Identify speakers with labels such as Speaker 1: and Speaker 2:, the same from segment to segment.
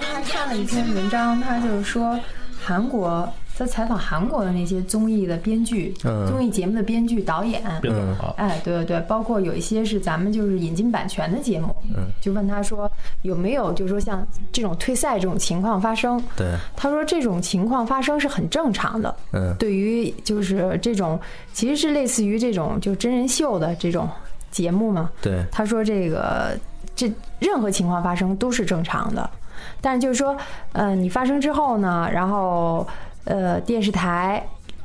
Speaker 1: 还看了一篇文章，他就是说韩国在采访韩国的那些综艺的编剧、
Speaker 2: 嗯
Speaker 1: 综艺节目的编剧、导演，
Speaker 3: 变得很好。
Speaker 1: 哎，对对对，包括有一些是咱们就是引进版权的节目，
Speaker 2: 嗯
Speaker 1: 就问他说有没有就是说像这种退赛这种情况发生，
Speaker 2: 对，
Speaker 1: 他说这种情况发生是很正常的，
Speaker 2: 嗯
Speaker 1: 对于就是这种其实是类似于这种就真人秀的这种节目嘛，
Speaker 2: 对，
Speaker 1: 他说这个这任何情况发生都是正常的，但是就是说，呃，你发生之后呢，然后呃，电视台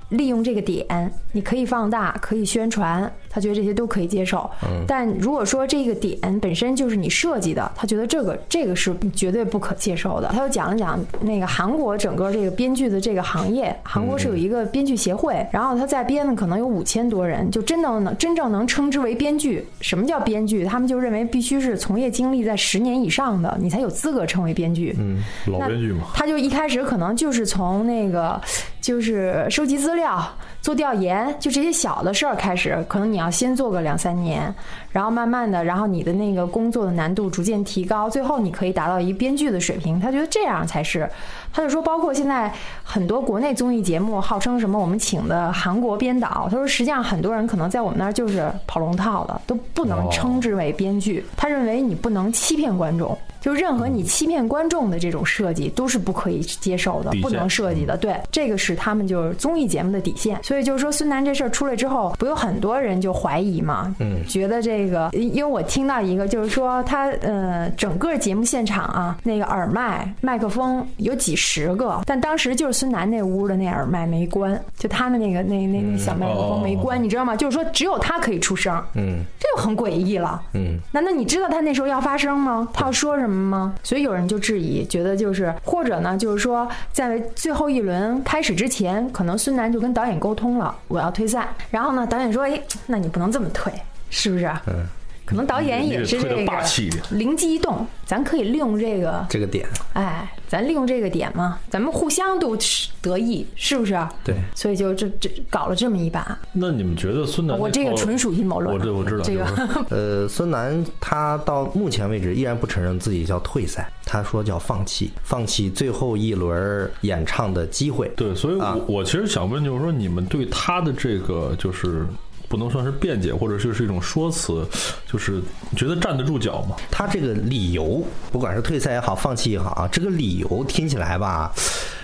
Speaker 1: 利用这个点，你可以放大，可以宣传，他觉得这些都可以接受。但如果说这个点本身就是你设计的，他觉得这个这个是绝对不可接受的。他又讲了讲那个韩国整个这个编剧的这个行业，韩国是有一个编剧协
Speaker 3: 嗯
Speaker 1: 会，然后他在编的可能有五千多人，就真的能真正能称之为编剧。什么叫编剧？他们就认为必须是从业经历在十年以上的，你才有资格称为编剧。嗯。
Speaker 3: 老编剧嘛，
Speaker 1: 他就一开始可能就是从那个，就是收集资料、做调研，就这些小的事儿开始。可能你要先做个两三年，然后慢慢的，然后你的那个工作的难度逐渐提高，最后你可以达到一编剧的水平。他觉得这样才是。他就说，包括现在很多国内综艺节目号称什么我们请的韩国编导，他说实际上很多人可能在我们那儿就是跑龙套的，都不能
Speaker 3: 哦
Speaker 1: 称之为编剧。他认为你不能欺骗观众。就任何你欺骗观众的这种设计都是不可以接受的
Speaker 3: 底，
Speaker 1: 不
Speaker 3: 线
Speaker 1: 能设计的。对，这个是他们就是综艺节目的底线。所以就是说，孙楠这事儿出来之后，不有很多人就怀疑嘛，
Speaker 2: 嗯
Speaker 1: 觉得这个，因为我听到一个就是说他呃，整个节目现场啊，那个耳麦麦克风有几十个，但当时就是孙楠那屋的那耳麦没关，就他们那个那那那小麦克风没关，你知道吗？就是说只有他可以出声，
Speaker 2: 嗯
Speaker 1: 这就很诡异了。
Speaker 2: 嗯
Speaker 1: 难道你知道他那时候要发声吗？他要说什么吗？所以有人就质疑，觉得就是或者呢，就是说在最后一轮开始之前，可能孙楠就跟导演沟通了，我要退赛。然后呢，导演说，哎，那你不能这么退，是不是？
Speaker 2: 嗯，
Speaker 1: 可能导演也是
Speaker 3: 你得退
Speaker 1: 这
Speaker 3: 得
Speaker 1: 个
Speaker 3: 霸气一点
Speaker 1: 灵机一动，咱可以利用这个，
Speaker 2: 这个 点，
Speaker 1: 哎，咱利用这个点嘛，咱们互相都得益，是不是？
Speaker 2: 对，
Speaker 1: 所以就这这搞了这么一把，
Speaker 3: 那你们觉得孙楠那套？
Speaker 1: 我这个纯属阴谋论啊。
Speaker 3: 我这我知道
Speaker 1: 这个
Speaker 3: 就是
Speaker 2: 呃，孙楠他到目前为止依然不承认自己叫退赛，他说叫放弃，放弃最后一轮演唱的机会。
Speaker 3: 对，所以我、
Speaker 2: 啊
Speaker 3: 我其实想问，就是说你们对他的这个就是。不能算是辩解，或者就是一种说辞，就是觉得站得住脚吗？
Speaker 2: 他这个理由，不管是退赛也好，放弃也好啊，这个理由听起来吧，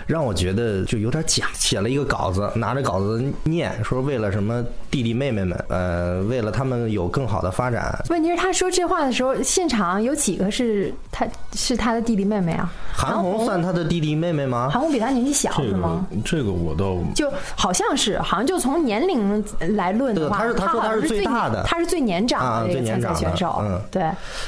Speaker 2: 让我觉得就有点假。写了一个稿子，拿着稿子念，说为了什么弟弟妹妹们，呃，为了他们有更好的发展。
Speaker 1: 问题是他说这话的时候，现场有几个是他是他的弟弟妹妹啊？
Speaker 2: 韩红算他的弟弟妹妹吗？
Speaker 1: 韩红比他年纪小
Speaker 3: 这
Speaker 1: 是
Speaker 3: 个
Speaker 1: 吗？
Speaker 3: 这个我倒
Speaker 1: 就好像是，好像就从年龄来论的
Speaker 2: 对
Speaker 1: 话，
Speaker 2: 他是他说
Speaker 1: 好
Speaker 2: 他
Speaker 1: 像是
Speaker 2: 是最大的
Speaker 1: 他是最年
Speaker 2: 啊
Speaker 1: 长的这
Speaker 2: 最
Speaker 1: 个
Speaker 2: 年
Speaker 1: 参赛
Speaker 2: 长的
Speaker 1: 选手，
Speaker 2: 嗯
Speaker 1: 对。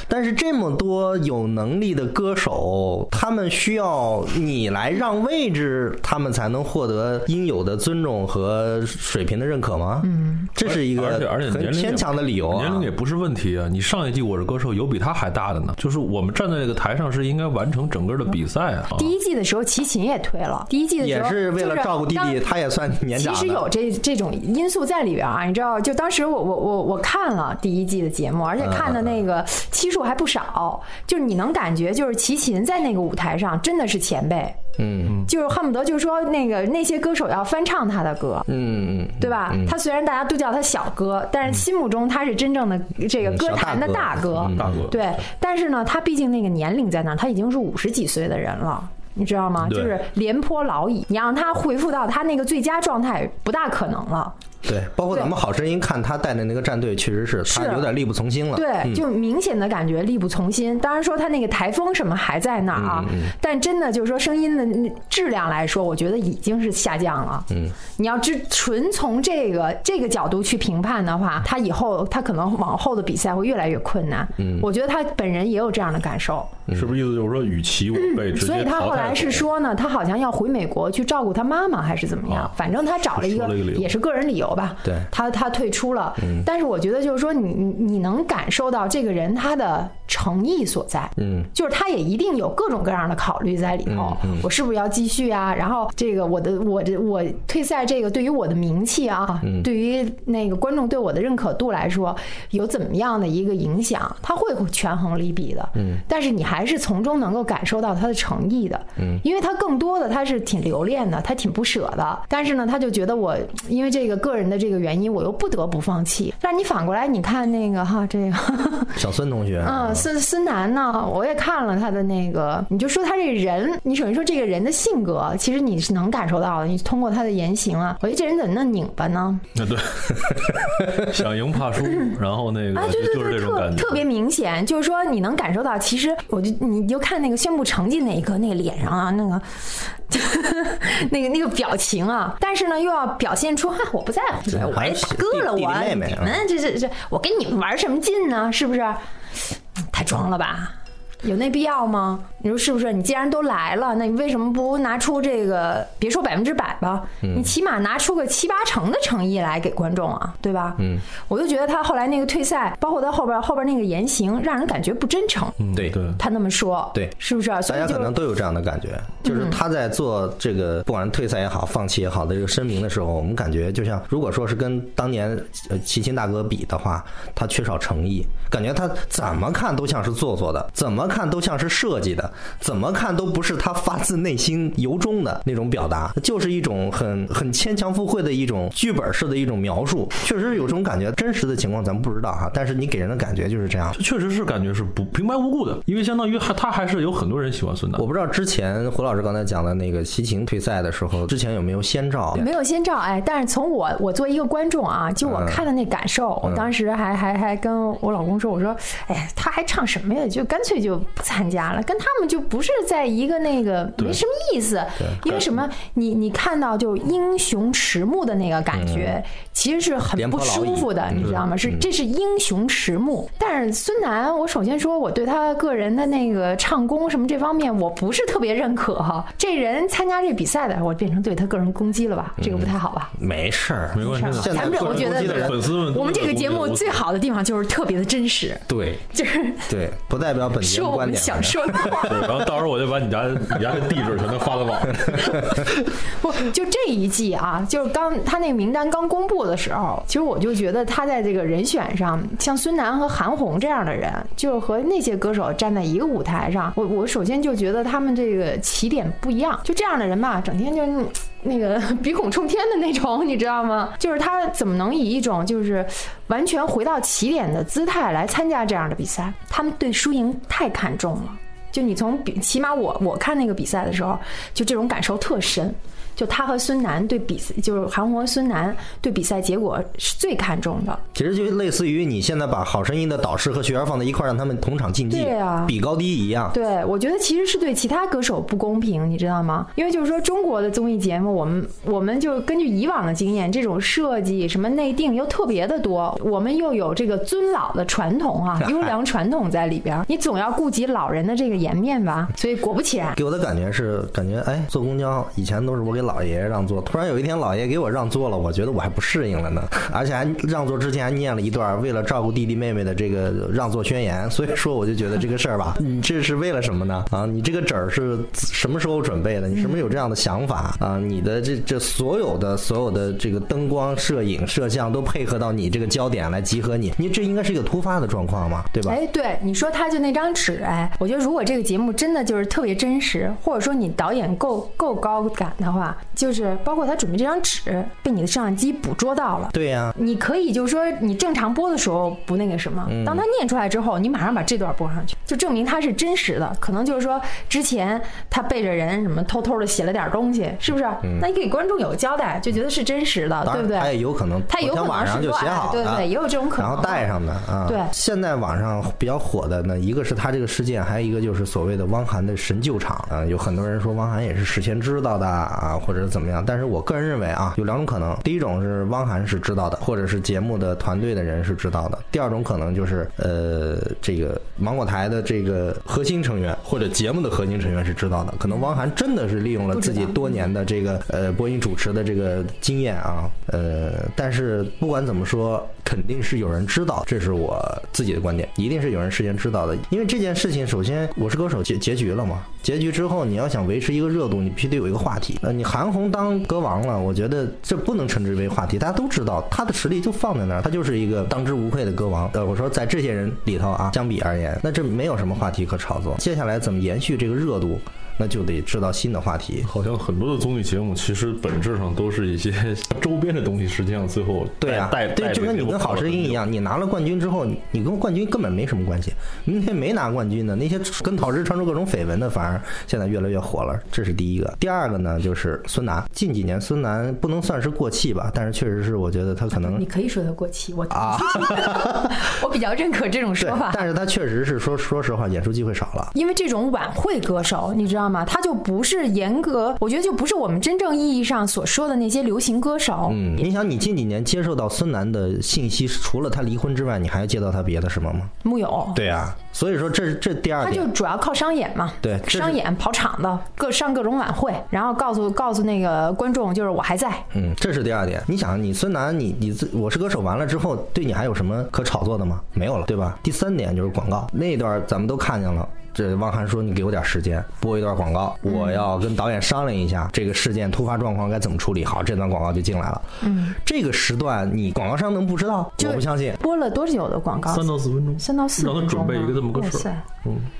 Speaker 2: 但是这么多有能力的歌手，他们需要你来让位置，他们才能获得应有的尊重和水平的认可吗？嗯，这是一
Speaker 3: 而且而
Speaker 2: 个
Speaker 3: 且年
Speaker 2: 很
Speaker 3: 龄也
Speaker 2: 牵强的理由啊。
Speaker 3: 年龄也不是问题啊。你上一季《我是歌手》有比他还大的呢，就是我们站在这个台上是应该完成整个的比赛啊。
Speaker 1: 嗯第一季的时候，齐秦也退了，第一季的时
Speaker 2: 也
Speaker 1: 候
Speaker 2: 是为了
Speaker 1: 就
Speaker 2: 照顾弟
Speaker 1: 当
Speaker 2: 弟，他也算年长
Speaker 1: 其
Speaker 2: 的。
Speaker 1: 实有这这种因素在里边啊，你知道，就当时我我我我看了第一季的节目，而且看的那个期数还不少，就是你能感觉就是齐秦在那个舞台上真的是前辈，
Speaker 2: 嗯
Speaker 1: 就是恨不得就是说那个那些歌手要翻唱他的歌。
Speaker 2: 嗯，
Speaker 1: 对吧？他虽然大家都叫他小哥，但是心目中他是真正的这个
Speaker 2: 嗯
Speaker 1: 歌
Speaker 2: 小大
Speaker 1: 坛的
Speaker 2: 哥
Speaker 1: 大哥。
Speaker 2: 嗯
Speaker 3: 大哥，
Speaker 1: 对，但是呢，他毕竟那个年龄在那儿，他已经是五十几岁的人了。你知道吗？就
Speaker 3: 对
Speaker 1: 是廉颇老矣，你让他恢复到他那个最佳状态不大可能了。
Speaker 2: 对，包括咱们好声音看他带的那个战队，确实是
Speaker 1: 是
Speaker 2: 他有点力不从心了。
Speaker 1: 对，
Speaker 2: 嗯
Speaker 1: 就明显的感觉力不从心。当然说他那个台风什么还在那儿啊，但真的就是说声音的那质量来说，我觉得已经是下降了。嗯，你要只纯从这个这个角度去评判的话，他以后他可能往后的比赛会越来越困难。嗯，我觉得他本人也有这样的感受。
Speaker 3: 是不是意思就是说，与其我被直接
Speaker 1: 所以他
Speaker 3: 淘
Speaker 1: 后
Speaker 3: 汰
Speaker 1: 来
Speaker 3: 走
Speaker 1: 是 说呢，他好像要回美国去照顾他妈妈，还是怎么样
Speaker 3: 啊？
Speaker 1: 反正他找了一
Speaker 3: 说
Speaker 1: 个
Speaker 3: 了一个理由嗯
Speaker 1: 也是个人理由吧。
Speaker 2: 对
Speaker 1: 他他退出了。但是我觉得就是说，你你你能感受到这个人他的诚意所在。
Speaker 2: 嗯，
Speaker 1: 就是他也一定有各种各样的考虑在里头，我是不是要继续啊？然后这个我的我这我退赛这个对于我的名气啊，对于那个观众对我的认可度来说，有怎么样的一个影响？他会权衡利弊的。嗯，但是你还。还是从中能够感受到他的诚意的。嗯，因为他更多的他是挺留恋的，他挺不舍的，但是呢，他就觉得我因为这个个人的这个原因，我又不得不放弃。但是你反过来，你看那个哈，这个
Speaker 2: 小孙同学，
Speaker 1: 嗯，孙孙楠呢，我也看了他的那个，你就说他这个人，你首先说这个人的性格，其实你是能感受到的，你通过他的言行啊，我觉得这人怎么那么拧巴呢？
Speaker 3: 那对， 想赢怕输，然后那个
Speaker 1: 啊，对
Speaker 3: 就
Speaker 1: 对
Speaker 3: 就是
Speaker 1: 对，
Speaker 3: 这种
Speaker 1: 特
Speaker 3: 感觉，
Speaker 1: 特别明显，就是说你能感受到，其实我就你就看那个宣布成绩那一刻，那个脸上啊，那个 那个那个表情啊，但是呢又要表现出哈、我不在乎你们，我
Speaker 2: 还
Speaker 1: 也
Speaker 2: 是
Speaker 1: 打嗝了我，
Speaker 2: 弟弟妹妹啊
Speaker 1: 你们这这这，我跟你们玩什么劲呢？是不是？太装了吧？有那必要吗？你说是不是？你既然都来了，那你为什么不拿出这个？别说百分之百吧，
Speaker 2: 嗯
Speaker 1: 你起码拿出个七八成的诚意来给观众啊，对吧？嗯，我就觉得他后来那个退赛，包括他后边后边那个言行，让人感觉不真诚。
Speaker 3: 嗯
Speaker 2: 对
Speaker 3: 对，
Speaker 1: 他那么说，
Speaker 2: 对
Speaker 1: 是不是？所以
Speaker 2: 大家
Speaker 1: 就嗯
Speaker 2: 可能都有这样的感觉，就是他在做这个不管是退赛也好、放弃也好的这个声明的时候，我们感觉就像如果说是跟当年呃齐秦大哥比的话，他缺少诚意，感觉他怎么看都像是做作的，怎么看都像是设计的，怎么看都不是他发自内心由衷的那种表达，就是一种很很牵强附会的一种剧本式的一种描述，确实有这种感觉。真实的情况咱们不知道哈，但是你给人的感觉就是这样。
Speaker 3: 确实是感觉是不平白无故的，因为相当于还他还是有很多人喜欢孙楠
Speaker 2: 我，不知道之前胡老师刚才讲的那个齐秦退赛的时候，之前有没有先兆？
Speaker 1: 没有先兆，哎，但是从我我作为一个观众啊，就我
Speaker 2: 嗯
Speaker 1: 看的那感受，我当时还还还跟我老公说，我说，哎，他还唱什么呀？就干脆就不参加了，跟他们就不是在一个那个，
Speaker 3: 对
Speaker 1: 没什么意思。因为什么？你你看到就英雄迟暮的那个感觉，其实是很
Speaker 2: 廉颇
Speaker 1: 呃不
Speaker 2: 老
Speaker 1: 舒
Speaker 2: 矣嗯
Speaker 1: 服的，你知道吗？是这是英雄迟暮。但是孙楠，我首先说我对他个人的那个唱功什么这方面，我不是特别认可哈。这人参加这比赛的，我变成对他个人攻击了吧？这个不太好吧？
Speaker 2: 没事儿，
Speaker 3: 没关系的，
Speaker 2: 嗯现在
Speaker 1: 咱们这
Speaker 2: 个
Speaker 1: 我
Speaker 2: 人
Speaker 1: 觉
Speaker 2: 攻击的
Speaker 1: 得
Speaker 2: 人
Speaker 3: 粉丝们都
Speaker 1: 我们这个
Speaker 3: 在攻击
Speaker 1: 节目最好的地方就是特别的真实，
Speaker 2: 对
Speaker 1: 就是
Speaker 2: 对，不代表本节
Speaker 1: 说
Speaker 2: 目
Speaker 1: 我
Speaker 2: 观
Speaker 1: 们
Speaker 2: 点。啊
Speaker 1: 想说的话。
Speaker 3: 对，然后到时候我就把 你家你家的地址全都发到网上。
Speaker 1: 不，就这一季啊，就是刚他那个名单刚公布的时候，其实我就觉得他在这个人选上，像孙楠和韩红这样的人，就是和那些歌手站在一个舞台上，我我首先就觉得他们这个起点不一样。就这样的人吧，整天就是那个 鼻孔冲天的那种，你知道吗？就是他怎么能以一种就是完全回到起点的姿态来参加这样的比赛？他们对输赢太看重了。就你从比，起码我我看那个比赛的时候，就这种感受特深。就他和孙楠对比赛，就是韩红和孙楠对比赛结果是最看重的。
Speaker 2: 其实就类似于你现在把《好声音》的导师和学员放在一块儿，让他们同场竞技，
Speaker 1: 对啊
Speaker 2: 比高低一样。
Speaker 1: 对，我觉得其实是对其他歌手不公平，你知道吗？因为就是说中国的综艺节目，我们我们就根据以往的经验，这种设计什么内定又特别的多，我们又有这个尊老的传统 啊，优良传统在里边儿，你总要顾及老人的这个颜面吧。所以果不其然，
Speaker 2: 给我的感觉是，感觉哎，坐公交以前都是我给老爷爷让座，突然有一天老爷给我让座了，我觉得我还不适应了呢， 而且还让座之前还念了一段为了照顾弟弟妹妹的这个让座宣言，所以说我就觉得这个事儿吧，你这是为了什么呢？啊，你这个纸儿是什么时候准备的？你什么时候有这样的想法啊？你的这这所有的所有的这个灯光、摄影、摄像都配合到你这个焦点来集合你，你这应该是一个突发的状况嘛，对吧？
Speaker 1: 哎，对，你说他就那张纸，哎，我觉得如果这个节目真的就是特别真实，或者说你导演够够高感的话，就是包括他准备这张纸被你的摄像机捕捉到了。
Speaker 2: 对呀、
Speaker 1: 你可以就是说，你正常播的时候不那个什么，
Speaker 2: 嗯
Speaker 1: 当他念出来之后，你马上把这段播上去，就证明他是真实的。可能就是说，之前他背着人什么偷偷的写了点东西，是不是？那你给观众有个交代，就觉得是真实的，
Speaker 2: 嗯当
Speaker 1: 对
Speaker 2: 然
Speaker 1: 不对？
Speaker 2: 他也有可能
Speaker 1: 他有
Speaker 2: 昨
Speaker 1: 可
Speaker 2: 天晚
Speaker 1: 能
Speaker 2: 上
Speaker 1: 是
Speaker 2: 就
Speaker 1: 说
Speaker 2: 写
Speaker 1: 哎
Speaker 2: 好
Speaker 1: 对
Speaker 2: 了啊
Speaker 1: 对，也有这种可能。
Speaker 2: 然后带上的啊。
Speaker 1: 对
Speaker 2: 现在网上比较火的呢，一个是他这个事件，还有一个就是所谓的汪涵的神救场啊，有很多人说汪涵也是事先知道的啊，或者是怎么样。但是我个人认为啊，有两种可能，第一种是汪涵是知道的，或者是节目的团队的人是知道的；第二种可能就是呃，这个芒果台的这个核心成员或者节目的核心成员是知道的，可能汪涵真的是利用了
Speaker 1: 不知
Speaker 2: 自
Speaker 1: 道
Speaker 2: 己多年的这个呃播音主持的这个经验啊，呃，但是不管怎么说，肯定是有人知道，这是我自己的观点，一定是有人事先知道的。因为这件事情，首先《我是歌手》结结局了嘛，结局之后你要想维持一个热度，你必须得有一个话题。呃，你韩红当歌王了，我觉得这不能称之为话题，大家都知道他的实力就放在那儿，他就是一个当之无愧的歌王。呃，我说在这些人里头啊，相比而言，那这没有什么话题可炒作。接下来怎么延续这个热度？那就得制造新的话题，
Speaker 3: 好像很多的综艺节目其实本质上都是一些周边的东西，实际上最后带
Speaker 2: 对啊，
Speaker 3: 带
Speaker 2: 对，就跟你跟好声音一，样，你拿了冠军之后，你你跟冠军根本没什么关系。那些没拿冠军的，那些跟导师传出各种绯闻的，反而现在越来越火了。这是第一个。第二个呢，就是孙楠。近几年孙楠不能算是过气吧，但是确实是我觉得他可能
Speaker 1: 你可以说他过气，我
Speaker 2: 啊，
Speaker 1: 我比较认可这种
Speaker 2: 对
Speaker 1: 说法，。
Speaker 2: 但是他确实是说说实话，演出机会少了。
Speaker 1: 因为这种晚会歌手，你知道吗？他就不是严格，我觉得就不是我们真正意义上所说的那些流行歌手。
Speaker 2: 嗯，你想，你近几年接受到孙楠的信息，除了他离婚之外，你还接到他别的什么吗？
Speaker 1: 木有，
Speaker 2: 对啊，所以说这这第二
Speaker 1: 他
Speaker 2: 点
Speaker 1: 就，主要靠商演嘛，
Speaker 2: 对这是
Speaker 1: 商演跑场子，各上各种晚会，然后告诉告诉那个观众，就是我还在。
Speaker 2: 嗯，这是第二点。你想，你孙楠，你你自《我是歌手》完了之后，对你还有什么可炒作的吗？没有了，对吧？第三点就是广告那一段，咱们都看见了。这汪涵说：“你给我点时间，播一段广告，我要跟导演商量一下这个事件突发状况该怎么处理。”好，这段广告就进来了。嗯，这个时段你广告商能不知道？
Speaker 1: 就
Speaker 2: 我不相信。
Speaker 1: 播了多久的广告？
Speaker 3: 三到四分钟，嗯
Speaker 1: 三到四
Speaker 3: 让他
Speaker 1: 分钟
Speaker 3: 准备
Speaker 1: 吧
Speaker 3: 一个这么个
Speaker 1: 哇
Speaker 3: 事儿
Speaker 1: 塞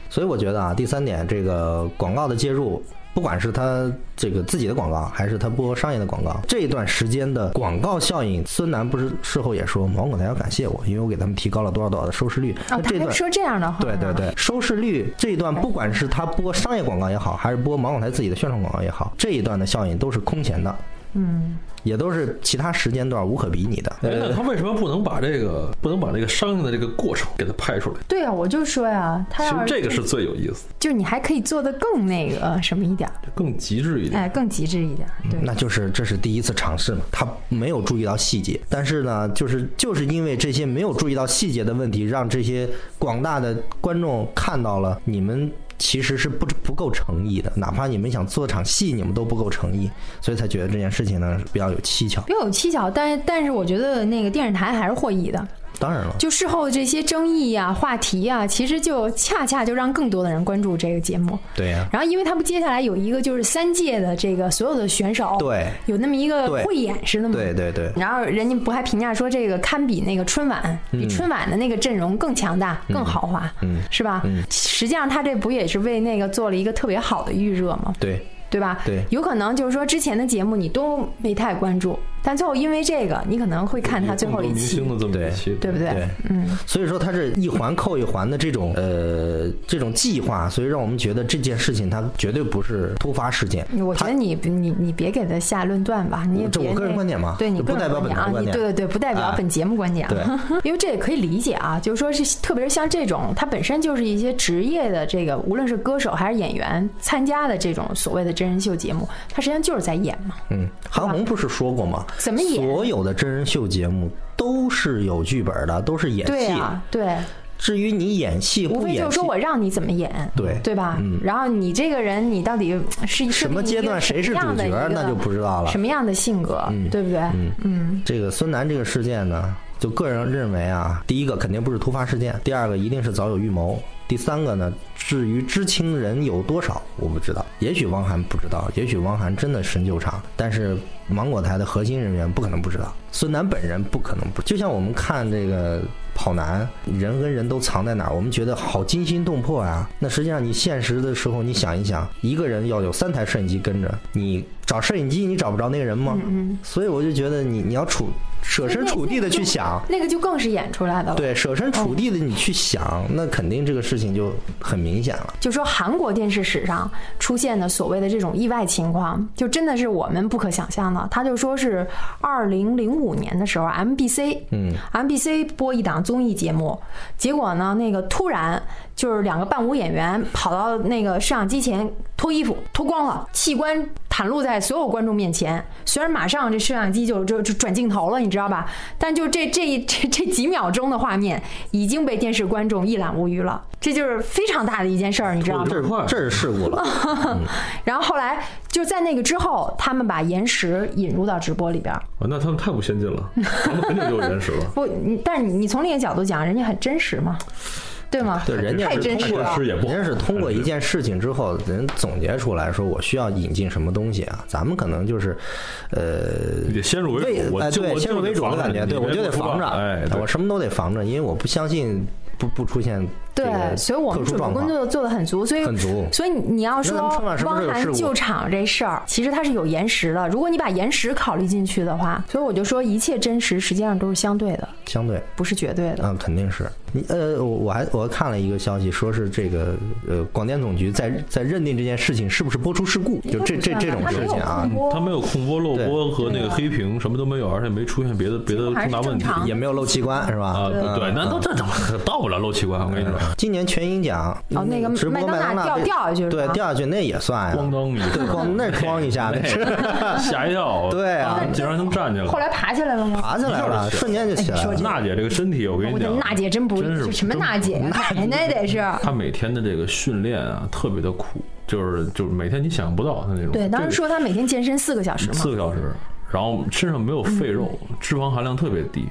Speaker 2: 所以我觉得啊，第三点，这个广告的介入，不管是他这个自己的广告，还是他播商业的广告，这一段时间的广告效应，孙楠不是事后也说，芒果台要感谢我，因为我给他们提高了多少多少的收视率。
Speaker 1: 啊，
Speaker 2: 那
Speaker 1: 他
Speaker 2: 这
Speaker 1: 还
Speaker 2: 段。
Speaker 1: 说这样的话，
Speaker 2: 对对。对，收视率这一段，不管是他播商业广告也好，还是播芒果台自己的宣传广告也好，这一段的效应都是空前的，
Speaker 1: 嗯，
Speaker 2: 也都是其他时间段无可比拟的。
Speaker 3: 哎那他为什么不能把这个不能把这个商量的这个过程给它拍出来？
Speaker 1: 对啊，我就说哎呀，他
Speaker 3: 其实
Speaker 1: 要
Speaker 3: 这个是最有意思，
Speaker 1: 就你还可以做的更那个什么一点儿，
Speaker 3: 更极致一点。
Speaker 1: 哎，更极致一点儿，对。
Speaker 2: 那就是这是第一次尝试嘛，他没有注意到细节，但是呢，就是就是因为这些没有注意到细节的问题，让这些广大的观众看到了你们。其实是不不够诚意的，哪怕你们想做场戏，你们都不够诚意，所以才觉得这件事情呢比较有蹊跷。
Speaker 1: 比较有蹊跷，但是但是我觉得那个电视台还是获益的。
Speaker 2: 当然了，
Speaker 1: 就事后这些争议呀、话题呀、其实就恰恰就让更多的人关注这个节目。
Speaker 2: 对呀、
Speaker 1: 然后，因为他们接下来有一个就是三届的这个所有的选手，，
Speaker 2: 对
Speaker 1: 有那么一个
Speaker 2: 对
Speaker 1: 汇演似的嘛。
Speaker 2: 对对对，
Speaker 1: 然后人家不还评价说这个堪比那个春晚，比春晚的那个阵容更强大、更豪华，
Speaker 2: 嗯
Speaker 1: 是吧？
Speaker 2: 嗯
Speaker 1: 实际上他这不也是为那个做了一个特别好的预热吗？
Speaker 2: 对
Speaker 1: 对吧？
Speaker 2: 对
Speaker 1: 有可能就是说之前的节目你都没太关注，但最后因为这个，你可能会看他最后
Speaker 3: 有更多
Speaker 1: 一
Speaker 3: 明
Speaker 1: 期
Speaker 3: 星，的这么一期，
Speaker 1: 对不对？
Speaker 2: 对
Speaker 1: 嗯，
Speaker 2: 所以说它是一环扣一环的这种呃这种计划，所以让我们觉得这件事情它绝对不是突发事件。
Speaker 1: 我觉
Speaker 2: 它
Speaker 1: 得你你你别给他下论断吧，你也
Speaker 2: 这
Speaker 1: 别
Speaker 2: 我个人
Speaker 1: 那
Speaker 2: 观点嘛
Speaker 1: 对你个
Speaker 2: 不
Speaker 1: 人
Speaker 2: 代表
Speaker 1: 观
Speaker 2: 本台
Speaker 1: 啊，
Speaker 2: 观
Speaker 1: 你
Speaker 2: 点
Speaker 1: 对对对，不代表
Speaker 2: 哎
Speaker 1: 本节目观点啊， 因为这也可以理解啊，就是说是特别是像这种，它本身就是一些职业的这个，无论是歌手还是演员参加的这种所谓的真人秀节目，它实际上就是在演嘛，
Speaker 2: 嗯，韩红不是说过吗？
Speaker 1: 怎么演
Speaker 2: 所有的真人秀节目都是有剧本的，都是演戏。
Speaker 1: 对啊，对，
Speaker 2: 至于你演戏
Speaker 1: 无
Speaker 2: 不
Speaker 1: 非
Speaker 2: 演
Speaker 1: 就是
Speaker 2: 戏
Speaker 1: 说，我让你怎么演，
Speaker 2: 对
Speaker 1: 对吧？
Speaker 2: 嗯
Speaker 1: 然后你这个人，你到底是
Speaker 2: 什么阶段谁是主角，那就不
Speaker 1: 知
Speaker 2: 知道了
Speaker 1: 什。么样的性格，对不对？嗯，
Speaker 2: 这个孙楠这个事件呢，就个人认为啊，第一个肯定不是突发事件，第二个一定是早有预谋，第三个呢，至于知情人有多少，我不知道。也许汪涵不知道，也许汪涵真的深究场，但是芒果台的核心人员不可能不知道，孙楠本人不可能不。就像我们看这个跑男，人跟人都藏在哪儿？我们觉得好惊心动魄啊！那实际上你现实的时候，你想一想，一个人要有三台摄影机跟着，你找摄影机，你找不着那个人吗？所以我就觉得你你要处设身处地的去想。
Speaker 1: 那个就更是演出来的了。
Speaker 2: 对，设身处地的你去想，那肯定这个事情就很明显了。
Speaker 1: 就说韩国电视史上出现的所谓的这种意外情况，就真的是我们不可想象的。他就说是二零零五年的时候，MBC，嗯，MBC 播一档综艺节目，结果呢，那个突然就是两个伴舞演员跑到那个摄像机前脱衣服，脱光了，器官袒露在所有观众面前。虽然马上这摄像机就就就转镜头了，你知道吧？但就这这这这几秒钟的画面，已经被电视观众一览无余了，这就是非常大的一件事啊儿，你知道吗？
Speaker 2: 这
Speaker 3: 快
Speaker 2: 这是事故了。
Speaker 1: 然后后来就在那个之后，他们把延时引入到直播里边儿。
Speaker 3: 啊，那他们太不先
Speaker 1: 。
Speaker 3: 进了，他们很久就有原始了
Speaker 1: 不，你但是你你从另一个角度讲，人家很真实嘛，对吗？
Speaker 2: 对，人家
Speaker 1: 太
Speaker 2: 是
Speaker 1: 真实
Speaker 2: 通
Speaker 1: 了
Speaker 2: 过
Speaker 3: 太真实也不好嗯
Speaker 2: 人家是通过一件事情之后，人总结出来说，我需要引进什么东西啊？咱们可能就是，呃，
Speaker 3: 你得先入为
Speaker 2: 为
Speaker 3: 主，我
Speaker 2: 哎
Speaker 3: 就
Speaker 2: 对，先入为主的感觉，对我就得防着，
Speaker 3: 哎，
Speaker 2: 我
Speaker 3: 对
Speaker 2: 什么都得防着，因为我不相信不不出现这
Speaker 1: 对，
Speaker 2: 个
Speaker 1: 所以我们
Speaker 2: 特殊
Speaker 1: 准备
Speaker 2: 状
Speaker 1: 工
Speaker 2: 况。
Speaker 1: 作做的很足，所以
Speaker 2: 很足
Speaker 1: 所以你要说
Speaker 2: 那咱们春晚什么
Speaker 1: 汪
Speaker 2: 时候有事
Speaker 1: 涵
Speaker 2: 故
Speaker 1: 救场这事儿，其实它是有延时的。如果你把延时考虑进去的话，所以我就说一切真实实际上都是相对的，
Speaker 2: 相对，
Speaker 1: 不是绝对的。
Speaker 2: 嗯，肯定是。你呃，我我还我还看了一个消息，说是这个呃，广电总局在在认定这件事情是不是播出事故，就这这这种事情啊，
Speaker 3: 他没有控播、漏播和那个黑屏，什么都没有，而且没出现别的别的重大问题
Speaker 1: 还是正常
Speaker 2: 也没有漏器官是吧？
Speaker 3: 啊。对，那都 这怎么到不了漏器官？我跟你说，
Speaker 2: 今年全英奖
Speaker 1: 哦那个
Speaker 2: 直播
Speaker 1: 麦当
Speaker 2: 麦
Speaker 1: 娜
Speaker 2: 当娜
Speaker 1: 掉
Speaker 2: 被
Speaker 1: 掉下去是
Speaker 2: 对，
Speaker 1: 吧
Speaker 2: 掉下去那也算呀，
Speaker 3: 咣当一
Speaker 2: 对，
Speaker 3: 下，
Speaker 2: 咣那哐一 下，哎那是
Speaker 3: 吓一跳。
Speaker 2: 对啊
Speaker 3: 当竟然能站起来。
Speaker 1: 后来爬起来了吗？
Speaker 2: 爬起来了，瞬间就起来
Speaker 1: 哎你说
Speaker 2: 了
Speaker 1: 这。
Speaker 3: 娜姐这个身体，我跟
Speaker 1: 我
Speaker 3: 你
Speaker 1: 的
Speaker 3: 讲，
Speaker 2: 啊
Speaker 1: 娜姐真不
Speaker 3: 真是
Speaker 1: 什么娜姐， 奶奶得是。
Speaker 3: 她每天的这个训练啊，特别的苦，就是就是每天你想象不到的那种。
Speaker 1: 对，当时
Speaker 3: 这
Speaker 1: 说她每天健身四个小时嘛嗯
Speaker 3: 四，个小时，然后身上没有废肉，脂肪含量特别低。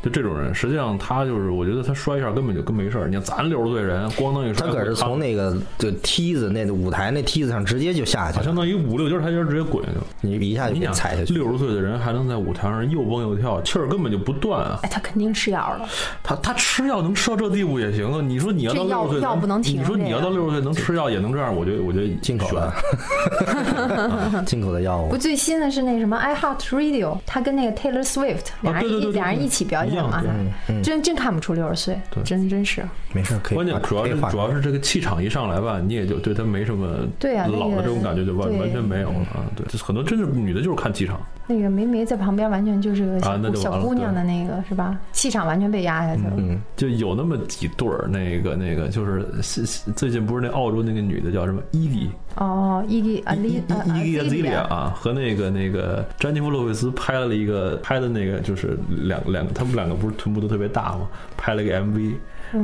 Speaker 3: 就这种人，实际上他就是，我觉得他摔一下根本就跟没事儿。你看咱六十岁人，咣当一
Speaker 2: 他
Speaker 3: 摔，
Speaker 2: 可是
Speaker 3: 他
Speaker 2: 从那个就梯子那舞台那梯子上直接就下去
Speaker 3: 啊
Speaker 2: 了，
Speaker 3: 相当于五六阶台阶儿直接滚下去了。
Speaker 2: 你一下就
Speaker 3: 你
Speaker 2: 给
Speaker 3: 想
Speaker 2: 哎踩下去了。
Speaker 3: 六十岁的人还能在舞台上又蹦又跳，气儿根本就不断啊！
Speaker 1: 哎，她肯定吃药了。
Speaker 3: 他他吃药能吃到这地步也行啊！你说你要
Speaker 1: 这
Speaker 3: 到六
Speaker 1: 药
Speaker 3: 十岁
Speaker 1: 药不能停
Speaker 3: 你说你要到六十岁能吃药也能这样，我觉得我觉得
Speaker 2: 进口
Speaker 3: 悬
Speaker 2: 的， 进口的药物
Speaker 1: 不，，最新的是那个什么 iHeart Radio，他跟那个 Taylor Swift 俩人
Speaker 3: 哦对对对
Speaker 1: 一
Speaker 3: 对
Speaker 1: 俩人一起表演嘛哎
Speaker 3: 一样
Speaker 2: 嗯，嗯，
Speaker 1: 真真看不出六十岁，真真是。
Speaker 2: 没事，可以
Speaker 3: 关键
Speaker 2: 换
Speaker 3: 主要
Speaker 2: 可以
Speaker 3: 是
Speaker 2: 换
Speaker 3: 主要是这个气场一上来吧，你也就对他没什么
Speaker 1: 对啊那个
Speaker 3: 老的这种感觉就完
Speaker 1: 对
Speaker 3: 完全没有了啊！对，就是很多真是女的就是看气场，
Speaker 1: 那个梅梅在旁边完全就是个小,、
Speaker 3: 啊那就完
Speaker 1: 小
Speaker 3: 了
Speaker 1: 姑娘的那个是吧？气场完全被压下去了。
Speaker 2: 嗯，
Speaker 3: 就有那么几对儿那个那个就是是是最近不是那澳洲那个女的叫什么伊迪
Speaker 1: 哦，伊丽啊丽啊
Speaker 3: 伊伊迪亚
Speaker 1: 丽
Speaker 3: 兹利亚啊，和那个那个詹妮弗洛佩斯拍了一个拍的那个就是两两个，他们两个不是臀部都特别大吗？拍了一个 MV，、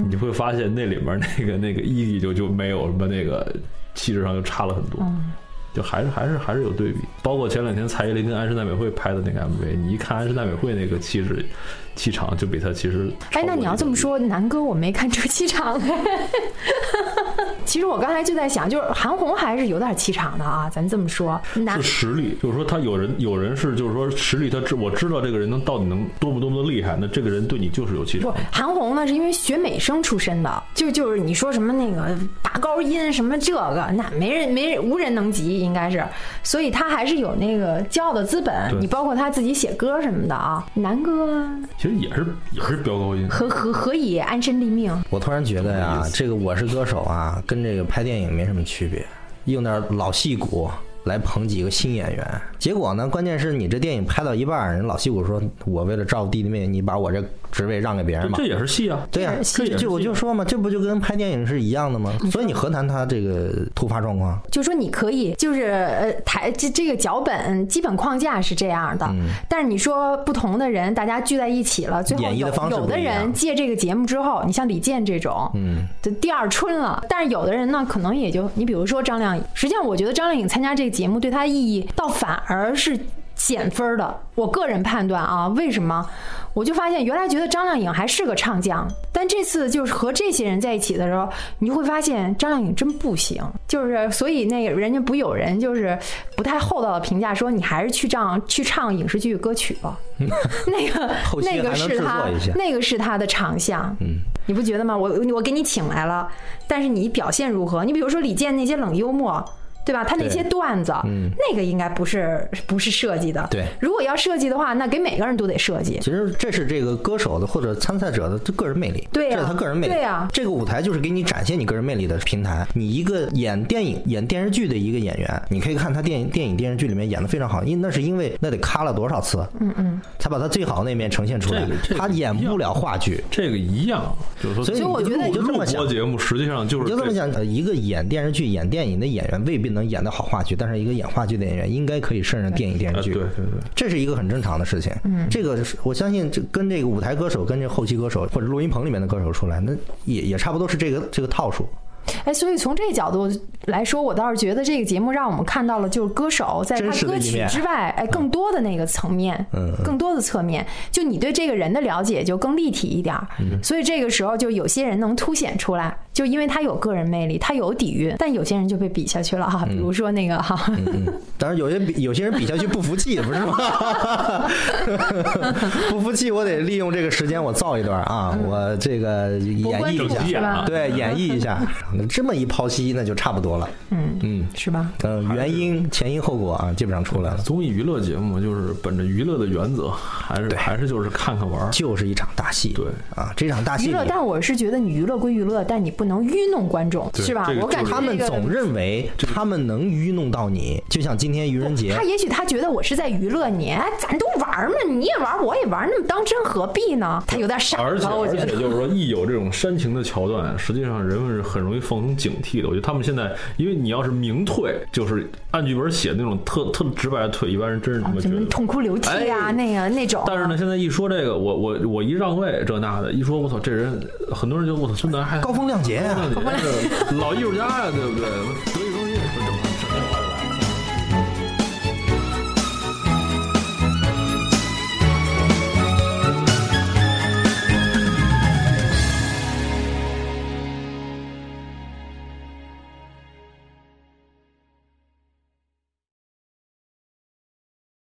Speaker 3: 你
Speaker 1: 嗯
Speaker 3: 会发现那里面那个那个伊迪就就没有什么那个气质上就差了很多。
Speaker 1: 嗯
Speaker 3: 就还是还是还是有对比，包括前两天蔡依林跟安室奈美惠拍的那个 MV，你一看安室奈美惠那个气质、气场，就比她其实
Speaker 1: 哎，那你要这么说，南哥我没看出气场。 其实我刚才就在想，就是韩红还是有点气场的啊，咱这么说，南
Speaker 3: 是实力，就是说他有人有人是就是说实力，他知我知道这个人能到底能多么多么的厉害，那这个人对你就是有气场
Speaker 1: 不。，韩红呢是因为学美声出身的，就就是你说什么那个拔高音什么这个，那没人没人无人能及，应该是，所以她还是有那个骄傲的资本
Speaker 3: 对。
Speaker 1: 你包括她自己写歌什么的啊，南哥
Speaker 3: 其实也是也是飙高音，
Speaker 1: 何何何以安身立命？
Speaker 2: 我突然觉得呀、这个《我是歌手》啊，跟这个拍电影没什么区别，用点老戏骨来捧几个新演员。结果呢，关键是你这电影拍到一半儿，人老戏骨说：“我为了照顾弟弟妹妹，你把我这职位让给别人
Speaker 3: 这
Speaker 2: 吧
Speaker 3: 这。也是戏啊”。
Speaker 2: 对呀、
Speaker 3: 这也是
Speaker 2: 就我就说嘛，这不就跟拍电影是一样的吗？所以你何谈他这个突发状况？
Speaker 1: 就说你可以，就是呃台这这个脚本基本框架是这样的，
Speaker 2: 嗯
Speaker 1: 但是你说不同的人大家聚在一起了，最后
Speaker 2: 演绎的
Speaker 1: 有
Speaker 2: 方式
Speaker 1: 有的
Speaker 2: 不一样
Speaker 1: 人借这个节目之后，你像李健这种，嗯，就第二春了，但是有的人呢，可能也就你比如说张靓颖，实际上我觉得张靓颖参加这个节目对她意义倒反而是。减分儿的，我个人判断啊，为什么？我就发现原来觉得张靓颖还是个唱将，但这次就是和这些人在一起的时候，你就会发现张靓颖真不行。就是所以那个人家不有人就是不太厚道的评价说你还是去唱去唱影视剧歌曲吧， 那个
Speaker 2: 后期
Speaker 1: 那个
Speaker 2: 还
Speaker 1: 是
Speaker 2: 能制
Speaker 1: 他
Speaker 2: 作一下
Speaker 1: 那个是他的长项，嗯，你不觉得吗？我我给你请来了，但是你表现如何？你比如说李健那些冷幽默。对吧？他那
Speaker 2: 对嗯
Speaker 1: 些段子，那个应该不是不是设计的。
Speaker 2: 对
Speaker 1: 如果要设计的话，那给每个人都得设计。
Speaker 2: 其实这是这个歌手的或者参赛者的个人魅力，
Speaker 1: 对呀
Speaker 2: 这是他个人魅力。
Speaker 1: 对呀
Speaker 2: 这个舞台就是给你展现你个人魅力的平台。你一个演电影、演电视剧的一个演员，你可以看他电影、电影、电视剧里面演的非常好，因为那是因为那得咔了多少次，嗯嗯，才把他最好的那面呈现出来。
Speaker 3: 这个这个
Speaker 2: 他演不了话剧，
Speaker 3: 这个一样，就是说，
Speaker 2: 所以
Speaker 1: 所以我觉得
Speaker 2: 你
Speaker 1: 你
Speaker 2: 就这
Speaker 3: 录
Speaker 2: 么想
Speaker 3: 播。节目实际上就是
Speaker 2: 你就这么想，呃一个演电视剧、演电影的演员未必能演得好话剧，但是一个演话剧的演员应该可以胜任电影电视
Speaker 3: 啊，对
Speaker 2: 剧。
Speaker 3: 对对，
Speaker 2: 这是一个很正常的事情。嗯，这个是我相信，这跟这个舞台歌手、跟这后期歌手或者录音棚里面的歌手出来，那也也差不多是这个这个套数。
Speaker 1: 哎，所以从这角度来说，我倒是觉得这个节目让我们看到了，就是歌手在
Speaker 2: 真实
Speaker 1: 他歌
Speaker 2: 的一
Speaker 1: 曲
Speaker 2: 面
Speaker 1: 之外，哎，更多的那个层面，
Speaker 2: 嗯嗯
Speaker 1: 更多的侧面，就你对这个人的了解就更立体一点儿。
Speaker 2: 嗯
Speaker 1: 所以这个时候，就有些人能凸显出来，就因为他有个人魅力，他有底蕴，但有些人就被比下去了
Speaker 2: 嗯
Speaker 1: 哈。比如说那个哈，
Speaker 2: 当然，有些比有些人比下去不服气，不是吗？ 不服气，我得利用这个时间，我造一段啊，我这个演
Speaker 1: 关
Speaker 2: 绎
Speaker 1: 注
Speaker 2: 一下
Speaker 3: 整，体
Speaker 1: 是
Speaker 3: 啊
Speaker 1: 吧？
Speaker 2: 对，演绎一下，这么一剖析，那就差不多了。
Speaker 1: 嗯，
Speaker 2: 嗯，
Speaker 1: 是吧？
Speaker 2: 呃，原因、前因、后果啊，基本上出来了，
Speaker 3: 综艺娱乐节目就是本着娱乐的原则，还是还是就是看看玩儿。
Speaker 2: 就是一场大戏。
Speaker 3: 对
Speaker 2: 啊，这场大戏
Speaker 1: 娱
Speaker 2: 里
Speaker 1: 乐，但我是觉得你娱乐归娱乐，但你不能愚弄观众，
Speaker 3: 对
Speaker 1: 是吧
Speaker 3: 这？个
Speaker 1: 我感觉
Speaker 2: 他们
Speaker 1: 这个
Speaker 2: 总认为他们能愚弄到你，就像今天愚人节
Speaker 1: 他，也许他觉得我是在娱乐你，哎咱都玩儿嘛，你也玩儿，我也玩儿，那么当真何必呢？他有点傻
Speaker 3: 而且
Speaker 1: 了，我
Speaker 3: 而
Speaker 1: 觉
Speaker 3: 且
Speaker 1: 得。
Speaker 3: 就是说，一有这种煽情的桥段，实际上人们是很容易放松警惕的。我觉得他们现在，因为你要是明退，就是按剧本写那种特特直白的退，一般人真是他妈
Speaker 1: 什
Speaker 3: 觉
Speaker 1: 啊么
Speaker 3: 得。
Speaker 1: 痛哭流涕啊，
Speaker 3: 哎
Speaker 1: 那个那种。
Speaker 3: 但是呢，，现在一说这个，我我我一让位，这那的，一说我操，这人很多人就我操，孙楠还
Speaker 2: 高风亮节啊
Speaker 3: 高风亮节，老艺术家呀、对不对？德艺